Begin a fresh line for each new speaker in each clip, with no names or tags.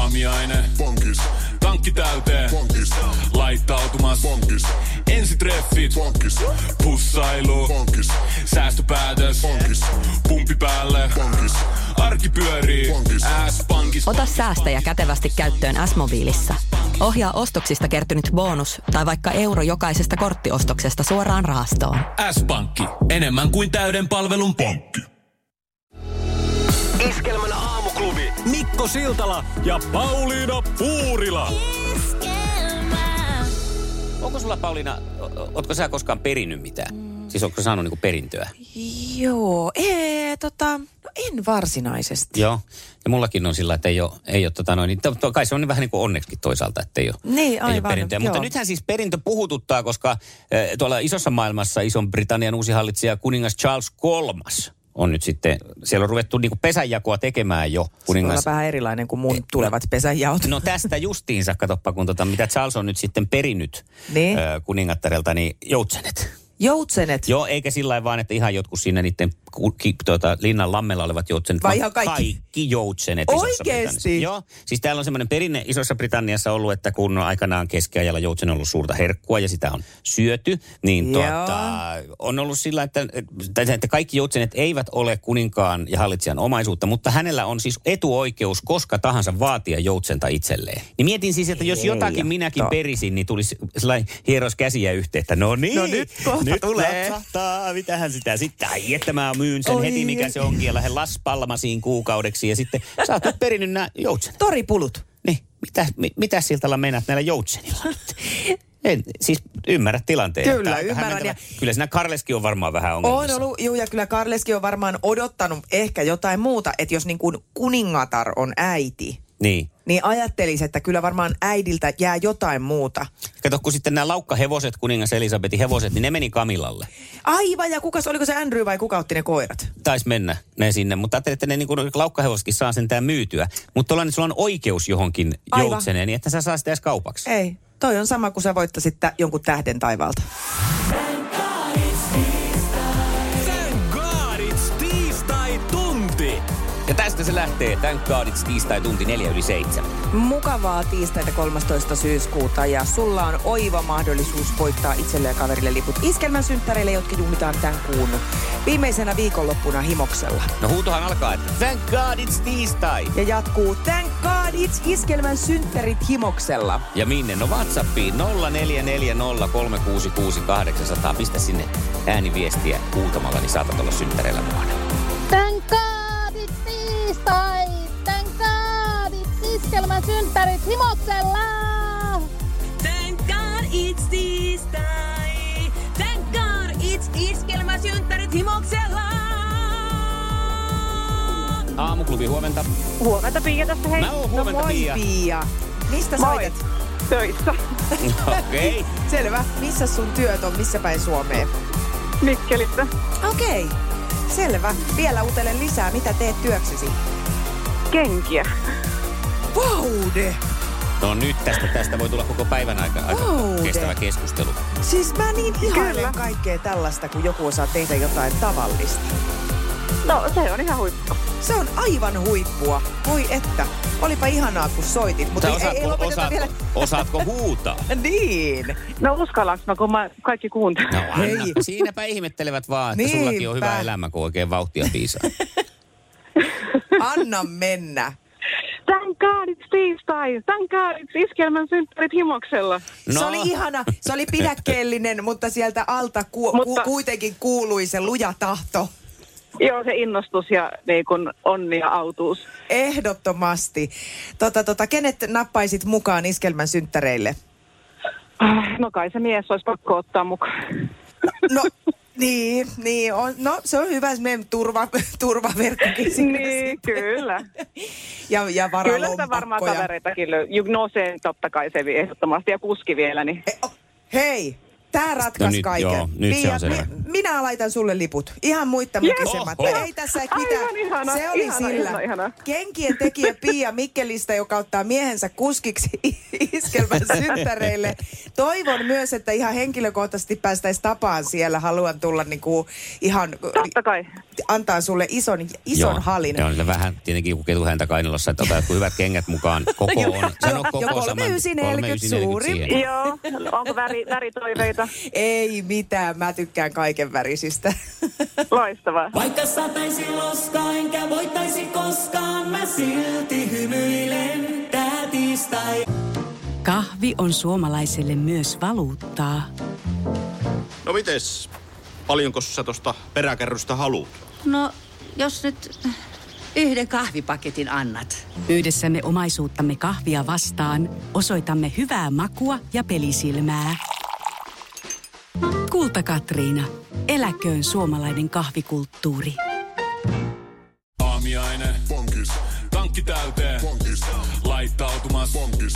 aamiaine.
Pankis,
Tankki täyteen,
pankis,
laittautumas.
pankis,
Ensitreffit,
pankis,
pussailu,
pankis,
säästöpäätös.
pankis,
Pumpi päälle,
pankis,
arki pyörii, S-pankissa.
Ota säästäjä kätevästi käyttöön S-mobiilissa. Ohjaa ostoksista kertynyt bonus tai vaikka euro jokaisesta korttiostoksesta suoraan rahastoon.
S-pankki, enemmän kuin täyden palvelun pankki.
Iskelmän aamuklubi. Mikko Siltala ja Pauliina Puurila.
Onko sulla Pauliina, o- o- ootko sä koskaan perinnyt mitään?
Mm.
Siis onko saanut niinku perintöä?
Joo, ee, tota, no en varsinaisesti.
Joo. Ja mullakin on sillä, että ei ole, ei ole tota noin, niin to, to, kai se on vähän niin kuin onneksi toisaalta, että ei ole,
Niin,
ei
aivan,
ole perintöä. Mutta
joo.
nythän siis perintö puhututtaa, koska äh, tuolla isossa maailmassa Ison-Britannian uusi hallitsija kuningas Charles III on nyt sitten, siellä on ruvettu niin kuin pesänjakoa tekemään jo
Siis
kuningas.
Kuningas... vähän erilainen kuin mun tulevat pesäjaot.
No tästä justiinsa, katoppa kun tota, mitä Charles on nyt sitten perinnyt
Niin.
ö, kuningattarelta, niin joutsenet.
Joutsenet.
Joo, eikä sillä lailla vaan, että ihan jotkut siinä niiden ku- ki, tuota, linnan lammella olevat joutsenet.
Vai
vaan
ihan kaikki?
Kaikki joutsenet Isossa Britanniassa.
Oikeesti?
Joo, siis täällä on semmoinen perinne Isossa Britanniassa ollut, että kun aikanaan keskiajalla joutsen on ollut suurta herkkua ja sitä on syöty, niin
Joo.
tuota, on ollut sillä, että, tai se, että kaikki joutsenet eivät ole kuninkaan ja hallitsijan omaisuutta, mutta hänellä on siis etuoikeus koska tahansa vaatia joutsenta itselleen. Niin mietin siis, että jos
Ei
jotakin
ole
minäkin
totta.
perisin, niin tulisi sellainen hieros käsiä yhteen, että no niin,
No nyt kohta
nyt
tulee.
Napsahtaa, mitähän sitä sitten. Ai, että mä myyn sen
Oi,
heti, mikä
ei.
se onkin, ja lähden Las Palmasiin kuukaudeksi. Ja sitten sä oot nyt perinyt nämä joutsenet.
Toripulut.
Niin, mitä, mi, mitä siltalla mennät näillä joutsenilla? En, siis ymmärrä tilanteen.
Kyllä,
Tää on aika
ymmärrän,
hämmentävä. Kyllä siinä Karleskin on varmaan vähän
On
ongelmissa.
ollut, juu, ja kyllä Karleskin on varmaan odottanut ehkä jotain muuta, että jos niin kuin kuningatar on äiti,
Niin.
niin ajattelisi, että kyllä varmaan äidiltä jää jotain muuta.
Kato, kun sitten nämä laukkahevoset, kuningas Elisabetin hevoset, niin ne meni Kamilalle.
Aivan, ja kukas, oliko se Andrew vai kuka otti ne koirat?
Taisi mennä ne sinne, mutta ajattelin, että ne niin laukkahevoskin saa sentään myytyä. Mutta tuolla sulla on oikeus johonkin
Aivan.
joutseneen, niin että sä saa sitä edes kaupaksi.
Ei, toi on sama kuin sä voittasit tä- jonkun tähden taivaalta.
Thank God it's tiistai tunti.
Ja tästä se lähtee. Thank God it's tiistai tunti 4 yli 7.
Mukavaa tiistaita 13. syyskuuta ja sulla on oiva mahdollisuus voittaa itselle ja kaverille liput iskelmän synttäreille, jotka juhlitaan tämän kuun viimeisenä viikonloppuna himoksella.
No huutohan alkaa, että thank God it's tiistai.
Ja jatkuu Thank God It's iskelmän synttärit himoksella.
Ja minne? No Whatsappiin 0440366800. Pistä sinne ääniviestiä huutamalla, niin saatat olla synttäreillä mukana.
Tän kaadit tiistai! Tän kaadit siskelmän synttärit himoksella!
Thank God it's tiistai. Thank God it's iskelmä synttärit himoksella.
Aamuklubi, huomenta.
Huomenta Pia tästä, hei.
Mä oon huomenta,
no Moi
Pia.
Pia. Mistä
Moi.
soitat?
Töissä.
Okei. Okay.
Selvä. Missä sun työt on? Missä päin Suomeen?
Mikkelissä.
Okei. Okay. Selvä. Vielä utele lisää. Mitä teet työksesi?
Kenkiä.
Vaude!
No nyt tästä, tästä voi tulla koko päivän aika, aika
Oude.
kestävä keskustelu.
Siis mä niin
Kyllä.
ihailen kaikkea tällaista, kun joku osaa tehdä jotain tavallista.
No se on ihan huippu.
Se on aivan huippua. Voi että. Olipa ihanaa, kun soitit, mutta
Mutta
ei, ei, ei
osaatko,
lopeteta vielä.
osaatko, osaatko huutaa?
Niin.
No uskallanko mä, kun mä kaikki kuuntelen?
No
Hei.
anna. Siinäpä ihmettelevät vaan, että sullakin on hyvä
Niinpä.
elämä, kun oikein vauhtia piisaa.
Anna mennä.
Thank God it's tiistai. Thank God it's iskelmän synttärit himoksella.
No. Se
No.
oli ihana, se oli pidäkkeellinen, mutta sieltä alta ku-
Mutta-
ku- kuitenkin kuului se luja tahto.
Joo, se innostus ja niin kun onni ja autuus.
Ehdottomasti. Tota, tota, kenet nappaisit mukaan iskelmän synttäreille?
Ah, No kai se mies olisi pakko ottaa mukaan.
No, niin, niin on, no se on hyvä meidän turva, turvaverkkokin. siinä
Niin,
sitten.
kyllä.
Ja, ja
Kyllä sitä varmaan
varalompakko ja-
kavereitakin löytyy. No se totta kai se ehdottomasti ja kuski vielä, niin
E, o- Hei, tämä ratkaisi
No nyt-
kaiken.
joo, nyt se on selvä.
minä laitan sulle liput. Ihan muitta
Jee!
mukisematta.
Oho.
Ei tässä et mitään.
Aivan ihana,
se oli
ihana,
sillä.
ihana, ihana.
Kenkien tekijä Pia Mikkelistä, joka ottaa miehensä kuskiksi iskelmän synttäreille. Toivon myös, että ihan henkilökohtaisesti päästäisiin tapaan siellä. Haluan tulla niinku ihan
totta kai.
antaa sulle ison, ison
joo,
halin.
Joo, niillä vähän tietenkin kun ketu häntä kainalossa, että otat jotkut hyvät kengät mukaan. Koko on, sano
jo
koko
kolme
saman.
ysin elkyt
39
suurin.
siihen.
Joo, onko väri, väritoiveita?
Ei mitään, mä tykkään kaiken värisistä.
Loistavaa.
Vaikka sataisi loskaa, enkä voittaisi koskaan, mä silti hymyilen tää tiistai.
Kahvi on suomalaiselle myös valuuttaa.
No mites? Paljonko sä tosta peräkärrystä haluut?
No, jos nyt yhden kahvipaketin annat.
Yhdessämme omaisuuttamme kahvia vastaan osoitamme hyvää makua ja pelisilmää. Kulta Katriina. Eläköön suomalainen kahvikulttuuri.
Aamiaine. Bonkis. Tankki täyteen. Bonkis. Laittautumas. Bonkis.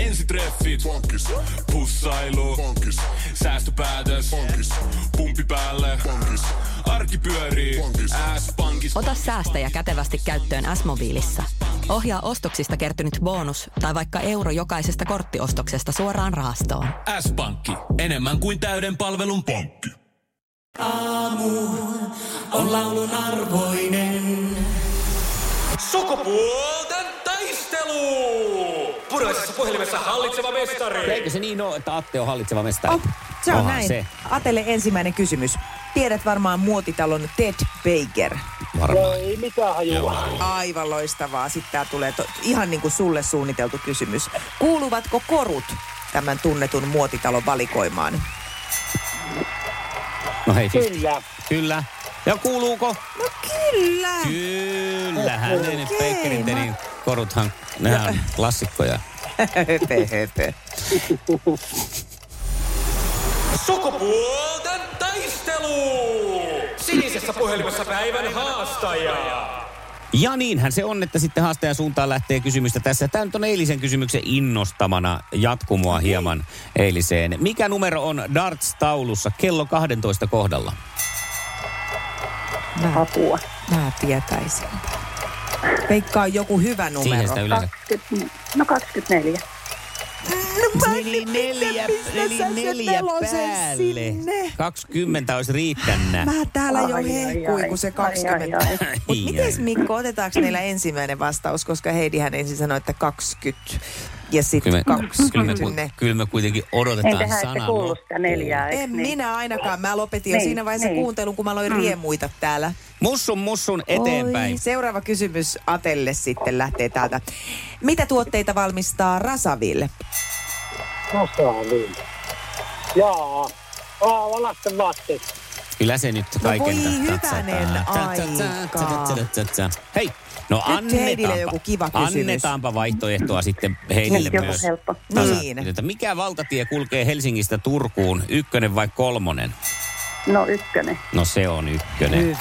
Ensitreffit. Bonkis. Pussailu. Bonkis. Säästöpäätös. Bonkis. Pumpi päälle. Bonkis. Arki pyörii. Bonkis. S-pankki.
Ota säästäjä kätevästi käyttöön S-mobiilissa. Ohjaa ostoksista kertynyt bonus tai vaikka euro jokaisesta korttiostoksesta suoraan rahastoon.
S-pankki. Enemmän kuin täyden palvelun pankki.
On laulun arvoinen.
Sukupuolten taistelu! Puraisessa puhelimessa hallitseva mestari.
Eikö se niin ole, että Atte on hallitseva mestari?
Oh, se on
Onhan
näin.
se.
Atelle ensimmäinen kysymys. Tiedät varmaan muotitalon Ted Baker.
Varmaan.
Aivan loistavaa. Sitten tää tulee to- ihan niin kuin sulle suunniteltu kysymys. Kuuluvatko korut tämän tunnetun muotitalon valikoimaan?
No hei, Kyllä. Kyllä. Ja kuuluuko?
No kyllä.
Kyllä, hänen
Okei,
Pekkerin tenin koruthan, nehän on klassikkoja.
höpö, höpö.
Sukupuolten taistelu! Sinisessä puhelimessa päivän haastaja.
Ja niinhän se on, että sitten haastajan suuntaan lähtee kysymystä tässä. Tämä nyt on eilisen kysymyksen innostamana jatkumoa hieman eiliseen. Mikä numero on darts-taulussa kello 12 kohdalla?
Mä, Apua. Mä tietäisin. Veikkaa joku hyvä
Siihen
numero.
sitä yleensä.
No 24.
No, mä en tiedä, mistä sä sen nelosen sinne?
20 olisi riittänyt.
Mä täällä jo
Ai, ai,
hehkui,
ai.
kun se
Ai,
20.
ai, ai.
Mut mites Mikko, otetaanko meillä ensimmäinen vastaus, koska Heidihän ensin sanoi, että 20 ja
Kyllä me,
sitten
kyllä, me, ku-
20.
kyllä me kuitenkin odotetaan
Entähän ette
sanan
kuullut sitä neljää, eikö
En
niin?
minä ainakaan. Mä lopetin jo
Niin,
siinä vaiheessa
niin.
kuuntelun, kun mä aloin riemuita täällä.
Mussun, mussun eteenpäin.
Oi. Seuraava kysymys Atelle sitten lähtee täältä. Mitä tuotteita valmistaa Rasaville?
Kyllä se nyt kaiken
No voi
tatsataan.
hyvänen
Tatsataan,
aika.
tatsataan. Hei, no annetaanpa,
Heidille joku kiva kysymys.
annetaanpa vaihtoehtoa sitten Heidille
Nyt joku
myös.
helppo.
Tasa-
Niin.
että Mikä valtatie kulkee Helsingistä Turkuun, ykkönen vai kolmonen?
No ykkönen.
No se on ykkönen.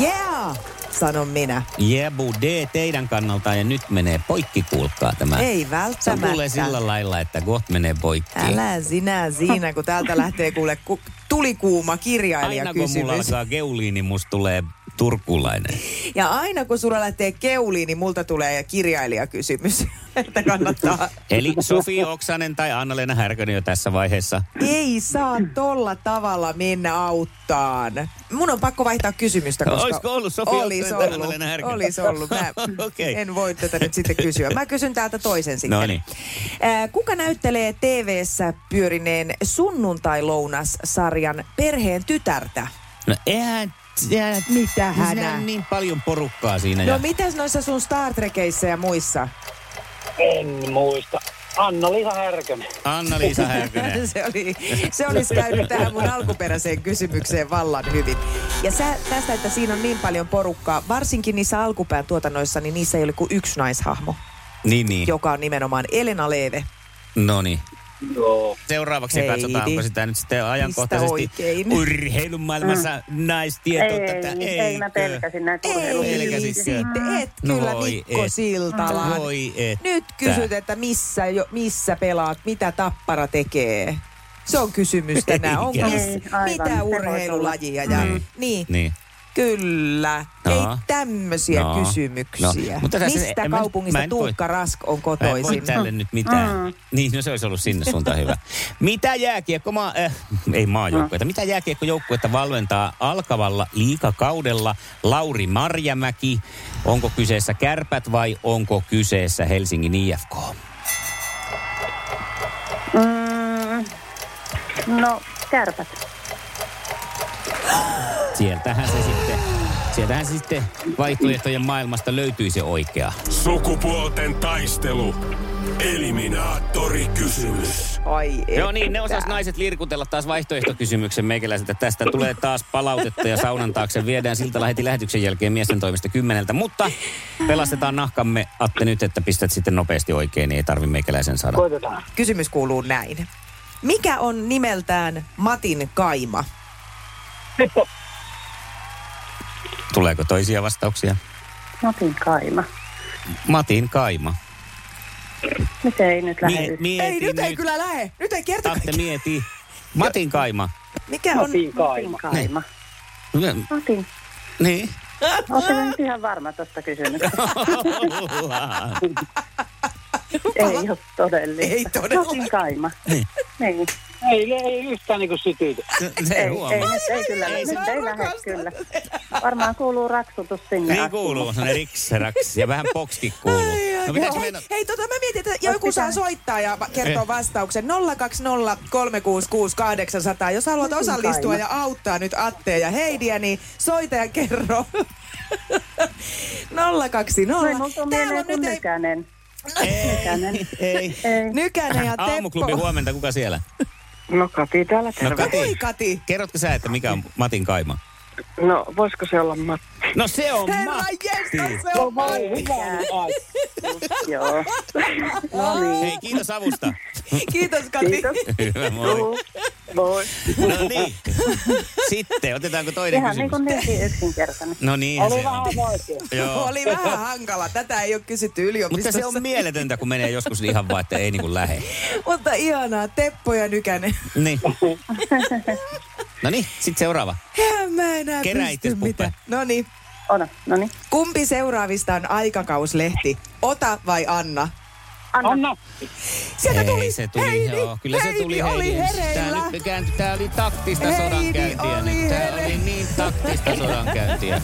Yeah, sanon minä.
Jebu D teidän kannalta ja nyt menee poikki, kuulkaa tämä.
Ei
Äh, Se kuulee
välttämättä.
sillä lailla, että Goht menee poikki.
Älä sinä siinä, kun täältä lähtee kuule ku, tulikuuma
Aina kun mulla
kirjailijakysymys.
alkaa keuliin, niin musta tulee turkulainen.
Ja aina kun sulla lähtee keuliin, niin multa tulee kirjailijakysymys. Että kannattaa.
Eli Sofi Oksanen tai Anna-Leena Härkönen jo tässä vaiheessa.
Ei saa tolla tavalla mennä auttaan. Mun on pakko vaihtaa kysymystä, koska...
Olisiko ollut Sofi
Olis
Oksanen tai
ollut.
Anna-Leena Härkönen?
Olis ollut. Mä
Okei.
en voi tätä nyt sitten kysyä. Mä kysyn täältä toisen sitten.
No niin.
Ää, Kuka näyttelee TV-ssä pyörineen sunnuntai-lounas-sarjan Perheen tytärtä?
No eihän... eihän
Mitä
Siinä
hänä?
on niin paljon porukkaa siinä.
No
ja
mitäs noissa sun Star Trekeissä ja muissa?
Anna-Liisa Härkönen.
se, oli, se olisi käynyt tähän mun alkuperäiseen kysymykseen vallan hyvin. Ja sä, tästä, että siinä on niin paljon porukkaa, varsinkin niissä alkupään tuotannoissa, niin niissä ei ole kuin yksi naishahmo,
niin, niin.
joka on nimenomaan Elena Leeve.
No niin. Seuraavaksi
Heidi.
katsotaanko sitä nyt sitten ajankohtaisesti
Pistä oikein.
urheilun maailmassa mm. naistietoutta.
ei,
Eikö?
ei, mä pelkäsin näitä
Pelkäsit
Ei,
siellä.
sitten et
No
kyllä
voi
Mikko
et.
Siltalaan.
Voi että.
Nyt kysyt, että missä, jo, missä pelaat, mitä tappara tekee. Se on kysymys tänään. Onko
Eikä.
miss,
Ei, aivan,
mitä
se voisi olla.
urheilulajia? Ja,
Niin,
niin.
Niin.
Kyllä.
No.
No. Ei tämmöisiä
No.
no. kysymyksiä.
No.
No.
Mutta tässä-
Mistä
en mä-
kaupungista
mä en voi-
Tuukka Rask on
Mä en voi
kotoisin?
tälle nyt mitään. Mm. Niin, no se olisi ollut sinne suuntaan hyvä. Mitä jääkiekko, maa, äh, ei maajoukkuetta, mitä jääkiekkojoukkuetta valmentaa alkavalla liikakaudella Lauri Marjamäki? Onko kyseessä kärpät vai onko kyseessä Helsingin IFK?
Mm, no, kärpät.
Sieltähän se sitten, sieltähän se sitten vaihtoehtojen maailmasta löytyy se oikea.
Sukupuolten taistelu. Eliminaattori kysymys.
Ai
Joo niin, ne osas naiset lirkutella taas vaihtoehtokysymyksen meikäläiseltä. Tästä tulee taas palautetta ja saunan taakse viedään siltä heti lähetyksen jälkeen miesten toimesta kymmeneltä. Mutta pelastetaan nahkamme, Atte, nyt, että pistät sitten nopeasti oikein, niin ei tarvi meikäläisen saada.
Koitetaan. Kysymys kuuluu näin. Mikä on nimeltään Matin kaima? Pippo.
Tuleeko toisia vastauksia?
Matin No, kaima.
Matin kaima.
Miten ei nyt lähde
Mie-
yhtään?
mietin
Ei, nyt ei kyllä lähe. Nyt ei kerta
Atte, mieti. Matin kaima.
Mikä on...
Matin kaima. kaima.
Niin.
Matin.
niin.
Oletteko nyt ihan varma tuosta kysymyksestä?
Ollaan.
ei ole todellista.
Ei todella.
Matin kaima. niin.
Ei, ei yhtään niinku sytytä.
Se
Ei,
huomaa.
ei, nyt ei kyllä, nyt ei lähde kyllä. Varmaan kuuluu raksutus sinne.
Niin
asti.
kuuluu, se rikserax ja vähän pokski kuuluu. No pitäisikö
Joo, hei,
meidän...
hei tota mä mietin, että joku saa soittaa ja va- kertoa
Eh.
vastauksen. 020 366 800. Jos haluat osallistua ja auttaa nyt Attea ja Heidiä, niin soita ja kerro. 020. Täällä on nyt ei...
Nykänen. Nykänen.
Ei.
Nykänen ja
Aamuklubi
Teppo.
huomenta, kuka siellä?
No Kati täällä
No
terve.
Kati,
Kati.
kerrotko sä, että mikä on Matin kaima?
No voisiko se olla Matti?
No se on
Herra
Matti.
jestas, se on Matti.
Joo.
No niin.
Hei, kiitos avusta.
Kiitos Kati.
Hyvä, moi.
Moi.
No niin. Sitten, otetaanko toinen
Ihan niin
niinku
kysymys?
niinku-
kuin niinkin yksinkertainen.
No niin. se on.
vaikea.
Joo.
Oli vähän hankala. Tätä ei ole kysytty
Mutta
yliopistossa.
se on mieletöntä, kun menee joskus ihan vaan, että ei niin kuin lähe.
Mutta ihanaa, Teppo ja Nykänen.
Niin. No niin, sitten seuraava.
Eihän Mä enää
Kerää
pysty
itses, Puppe.
mitään. No niin.
Ona, no niin.
Kumpi seuraavista on aikakauslehti? Ota vai Anna?
Anna.
Sieltä
Ei,
tuli
se tuli,
Heidi.
joo, kyllä se
Heidi
tuli,
oli
Heidi.
hereillä.
Tää nyt kääntyi, tää oli taktista
Heidi
sodankäyntiä.
oli
Nyt. Tää
here-
oli niin taktista sodankäyntiä.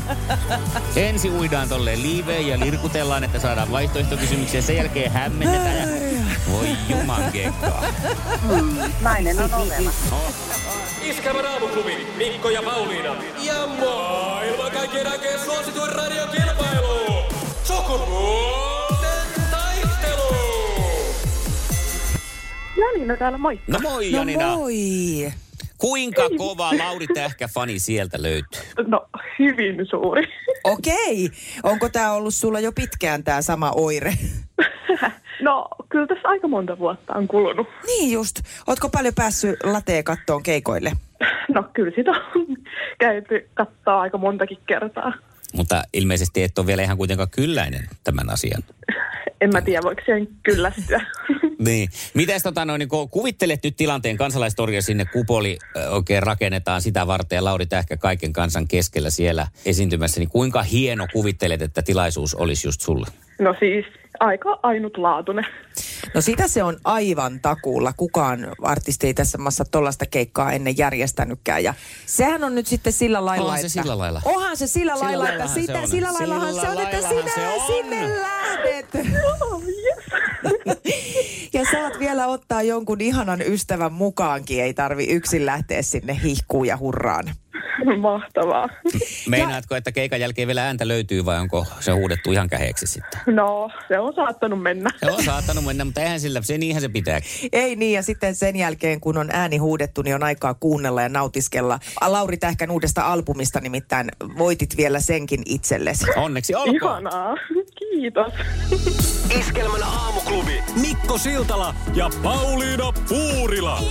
Ensin uidaan tolle liiveen ja lirkutellaan, että saadaan vaihtoehtokysymyksiä. Sen jälkeen hämmennetään. Ja... Voi juman kekkaa.
Nainen on olemassa.
Iskävä raamuklubi, Mikko ja Pauliina. Ja maailman kaikkien aikeen suosituen radiokilpailu. Sukupuolten taistelu.
niin,
Janina täällä, moi.
No moi
No
Janina.
moi.
Kuinka kova Lauri Tähkä-fani sieltä löytyy?
No hyvin suuri.
Okei. Onko tämä ollut sulla jo pitkään tämä sama oire?
No kyllä tässä aika monta vuotta on kulunut.
Niin just. Ootko paljon päässyt lateen kattoon keikoille?
No kyllä sitä on käyty kattaa aika montakin kertaa.
Mutta ilmeisesti et ole vielä ihan kuitenkaan kylläinen tämän asian.
En mä tiedä, voiko siihen kyllästyä.
Niin. Mitäs tota noin, niin kun kuvittelet nyt tilanteen kansalaistoria sinne kupoli ö, oikein rakennetaan sitä varten ja Lauri Tähkä kaiken kansan keskellä siellä esiintymässä, niin kuinka hieno kuvittelet, että tilaisuus olisi just sulle?
No siis aika ainutlaatuinen.
No sitä se on aivan takuulla. Kukaan artisti ei tässä maassa tollasta keikkaa ennen järjestänytkään. Ja sehän on nyt sitten sillä lailla,
Onhan se
että...
sillä lailla.
Onhan se sillä,
Sillä
lailla, että
laillahan se
sitä,
on.
sillä laillahan
Sillä
se on, että
laillahan se
sinä
on.
sinne lähdet. ja saat vielä ottaa jonkun ihanan ystävän mukaankin. Ei tarvi yksin lähteä sinne hihkuun ja hurraan.
Mahtavaa.
Meinaatko, että keikan jälkeen vielä ääntä löytyy vai onko se huudettu ihan käheeksi sitten?
No, se on saattanut mennä.
Se on saattanut mennä, mutta eihän sillä, se niinhän se pitää.
Ei niin, ja sitten sen jälkeen, kun on ääni huudettu, niin on aikaa kuunnella ja nautiskella. Lauri Tähkän uudesta albumista nimittäin voitit vielä senkin itsellesi.
Onneksi olkoon.
Ihanaa. Kiitos.
Iskelmän aamuklubi, Mikko Siltala ja Pauliina Puurila.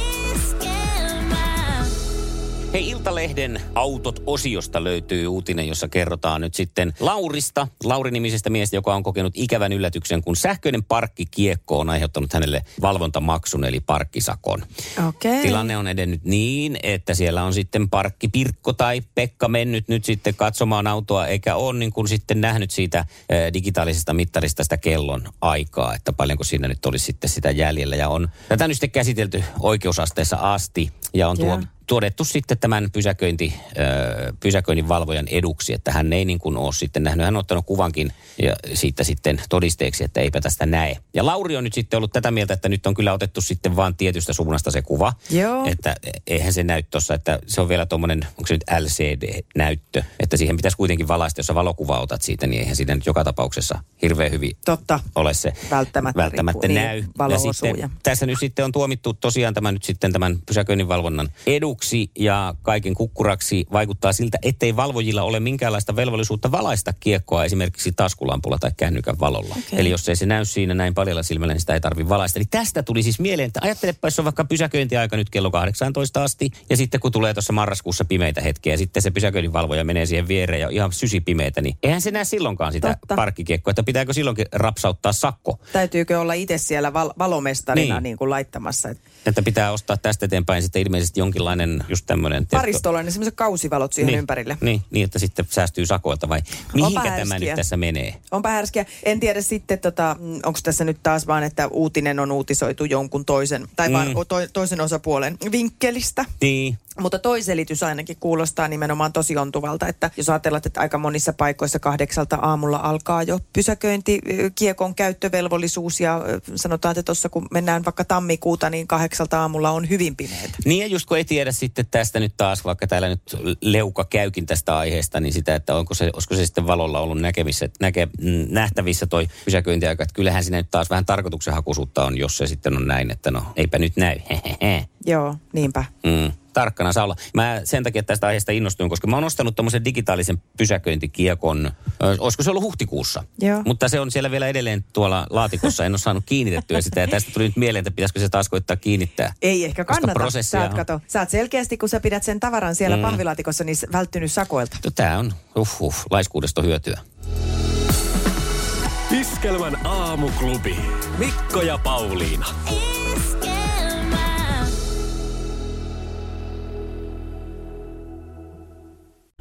Hei, Iltalehden autot-osiosta löytyy uutinen, jossa kerrotaan nyt sitten Laurista, Lauri-nimisestä miestä, joka on kokenut ikävän yllätyksen, kun sähköinen parkkikiekko on aiheuttanut hänelle valvontamaksun eli parkkisakon.
Okei.
Tilanne on edennyt niin, että siellä on sitten parkki Pirkko tai Pekka mennyt nyt sitten katsomaan autoa, eikä ole niin kuin sitten nähnyt siitä eh, digitaalisesta mittarista sitä kellon aikaa, että paljonko siinä nyt olisi sitten sitä jäljellä. Ja on tätä nyt sitten käsitelty oikeusasteessa asti ja on tuo,
Joo.
tuodettu sitten tämän pysäköinti, ö, pysäköinnin valvojan eduksi, että hän ei niin kuin ole sitten nähnyt. Hän on ottanut kuvankin ja siitä sitten todisteeksi, että eipä tästä näe. Ja Lauri on nyt sitten ollut tätä mieltä, että nyt on kyllä otettu sitten vaan tietystä suunnasta se kuva.
Joo.
Että eihän se näy tuossa, että se on vielä tuommoinen, onko se nyt LCD-näyttö, että siihen pitäisi kuitenkin valaista, jos sä valokuva otat siitä, niin eihän siitä nyt joka tapauksessa hirveän hyvin
Totta.
ole se
Välttämättä,
välttämättä
riippuu,
näy.
Niin,
ja
valo osuu ja
sitten, tässä nyt sitten on tuomittu tosiaan tämä nyt sitten tämän pysäköinnin valvonnan eduksi ja kaiken kukkuraksi vaikuttaa siltä, ettei valvojilla ole minkäänlaista velvollisuutta valaista kiekkoa esimerkiksi taskulampulla tai kännykän valolla. Okay. Eli jos ei se näy siinä näin paljalla silmällä, niin sitä ei tarvitse valaista. Eli tästä tuli siis mieleen, että ajattelepa, jos on vaikka pysäköintiaika nyt kello 18 asti ja sitten kun tulee tuossa marraskuussa pimeitä hetkiä ja sitten se pysäköinnin valvoja menee siihen viereen ja on ihan sysipimeitä, niin eihän se näe silloinkaan sitä
Totta.
parkkikiekkoa, että pitääkö silloinkin rapsauttaa sakko.
Täytyykö olla itse siellä val- valomestarina
Niin.
niin. Niin kuin laittamassa? Et
Että pitää ostaa tästä eteenpäin sitten ilmeisesti jonkinlainen just tämmöinen...
paristolla on semmoiset kausivalot siihen
niin,
ympärille.
Niin, niin, että sitten säästyy sakoilta vai mihinkä tämä
härskiä.
nyt tässä menee?
Onpa härskiä. En tiedä sitten, tota, onko tässä nyt taas vaan, että uutinen on uutisoitu jonkun toisen, tai vaan
Mm.
mm. to, toisen osapuolen vinkkelistä.
Niin,
Mutta toi selitys ainakin kuulostaa nimenomaan tosi ontuvalta, että jos ajatellaan, että aika monissa paikoissa kahdeksalta aamulla alkaa jo pysäköinti, ö, kiekon käyttövelvollisuus ja ö, sanotaan, että tuossa kun mennään vaikka tammikuuta, niin kahdeksalta aamulla on hyvin pimeätä.
Niin ja just kun ei tiedä sitten tästä nyt taas, vaikka täällä nyt leuka käykin tästä aiheesta, niin sitä, että onko se, olisiko se sitten valolla ollut näkemissä, näke, mm, nähtävissä toi pysäköintiaika. Että kyllähän siinä nyt taas vähän tarkoituksenhakuisuutta on, jos se sitten on näin, että no eipä nyt näy. Hehehe.
Joo, niinpä.
Mm, tarkkana saa olla. Mä sen takia tästä aiheesta innostuin, koska mä oon ostanut tommosen digitaalisen pysäköintikiekon, ö, olisiko se ollut huhtikuussa.
Joo.
Mutta se on siellä vielä edelleen tuolla laatikossa, en ole saanut kiinnitettyä sitä ja tästä tuli nyt mieleen, että pitäisikö se taas koittaa kiinnittää.
Ei ehkä
Koska
kannata.
prosessia
Sä oot,
on.
kato, sä oot selkeästi, kun sä pidät sen tavaran siellä
Mm.
mm. pahvilaatikossa, niin s- välttynyt sakoilta.
Tämä on, uh, uh, laiskuudesta on hyötyä.
Iskelmän aamuklubi. Mikko ja Pauliina.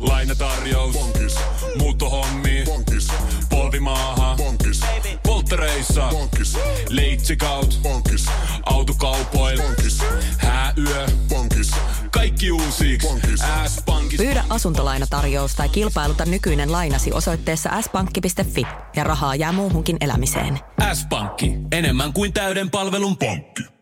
Lainatarjous. Bonkis. Muuttohommi. Bonkis. Polvimaaha. Bonkis. Polttereissa. Bonkis. Leitsikaut. Bonkis. Autokaupoil. Bonkis. Hääyö. Bonkis. Kaikki uusi. S-pankki.
Pyydä asuntolainatarjous tai kilpailuta nykyinen lainasi osoitteessa spankki.fi ja rahaa jää muuhunkin elämiseen.
S-Pankki. Enemmän kuin täyden palvelun pankki.